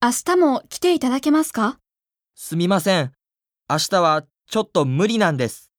明日も来ていただけますかすみません。明日はちょっと無理なんです。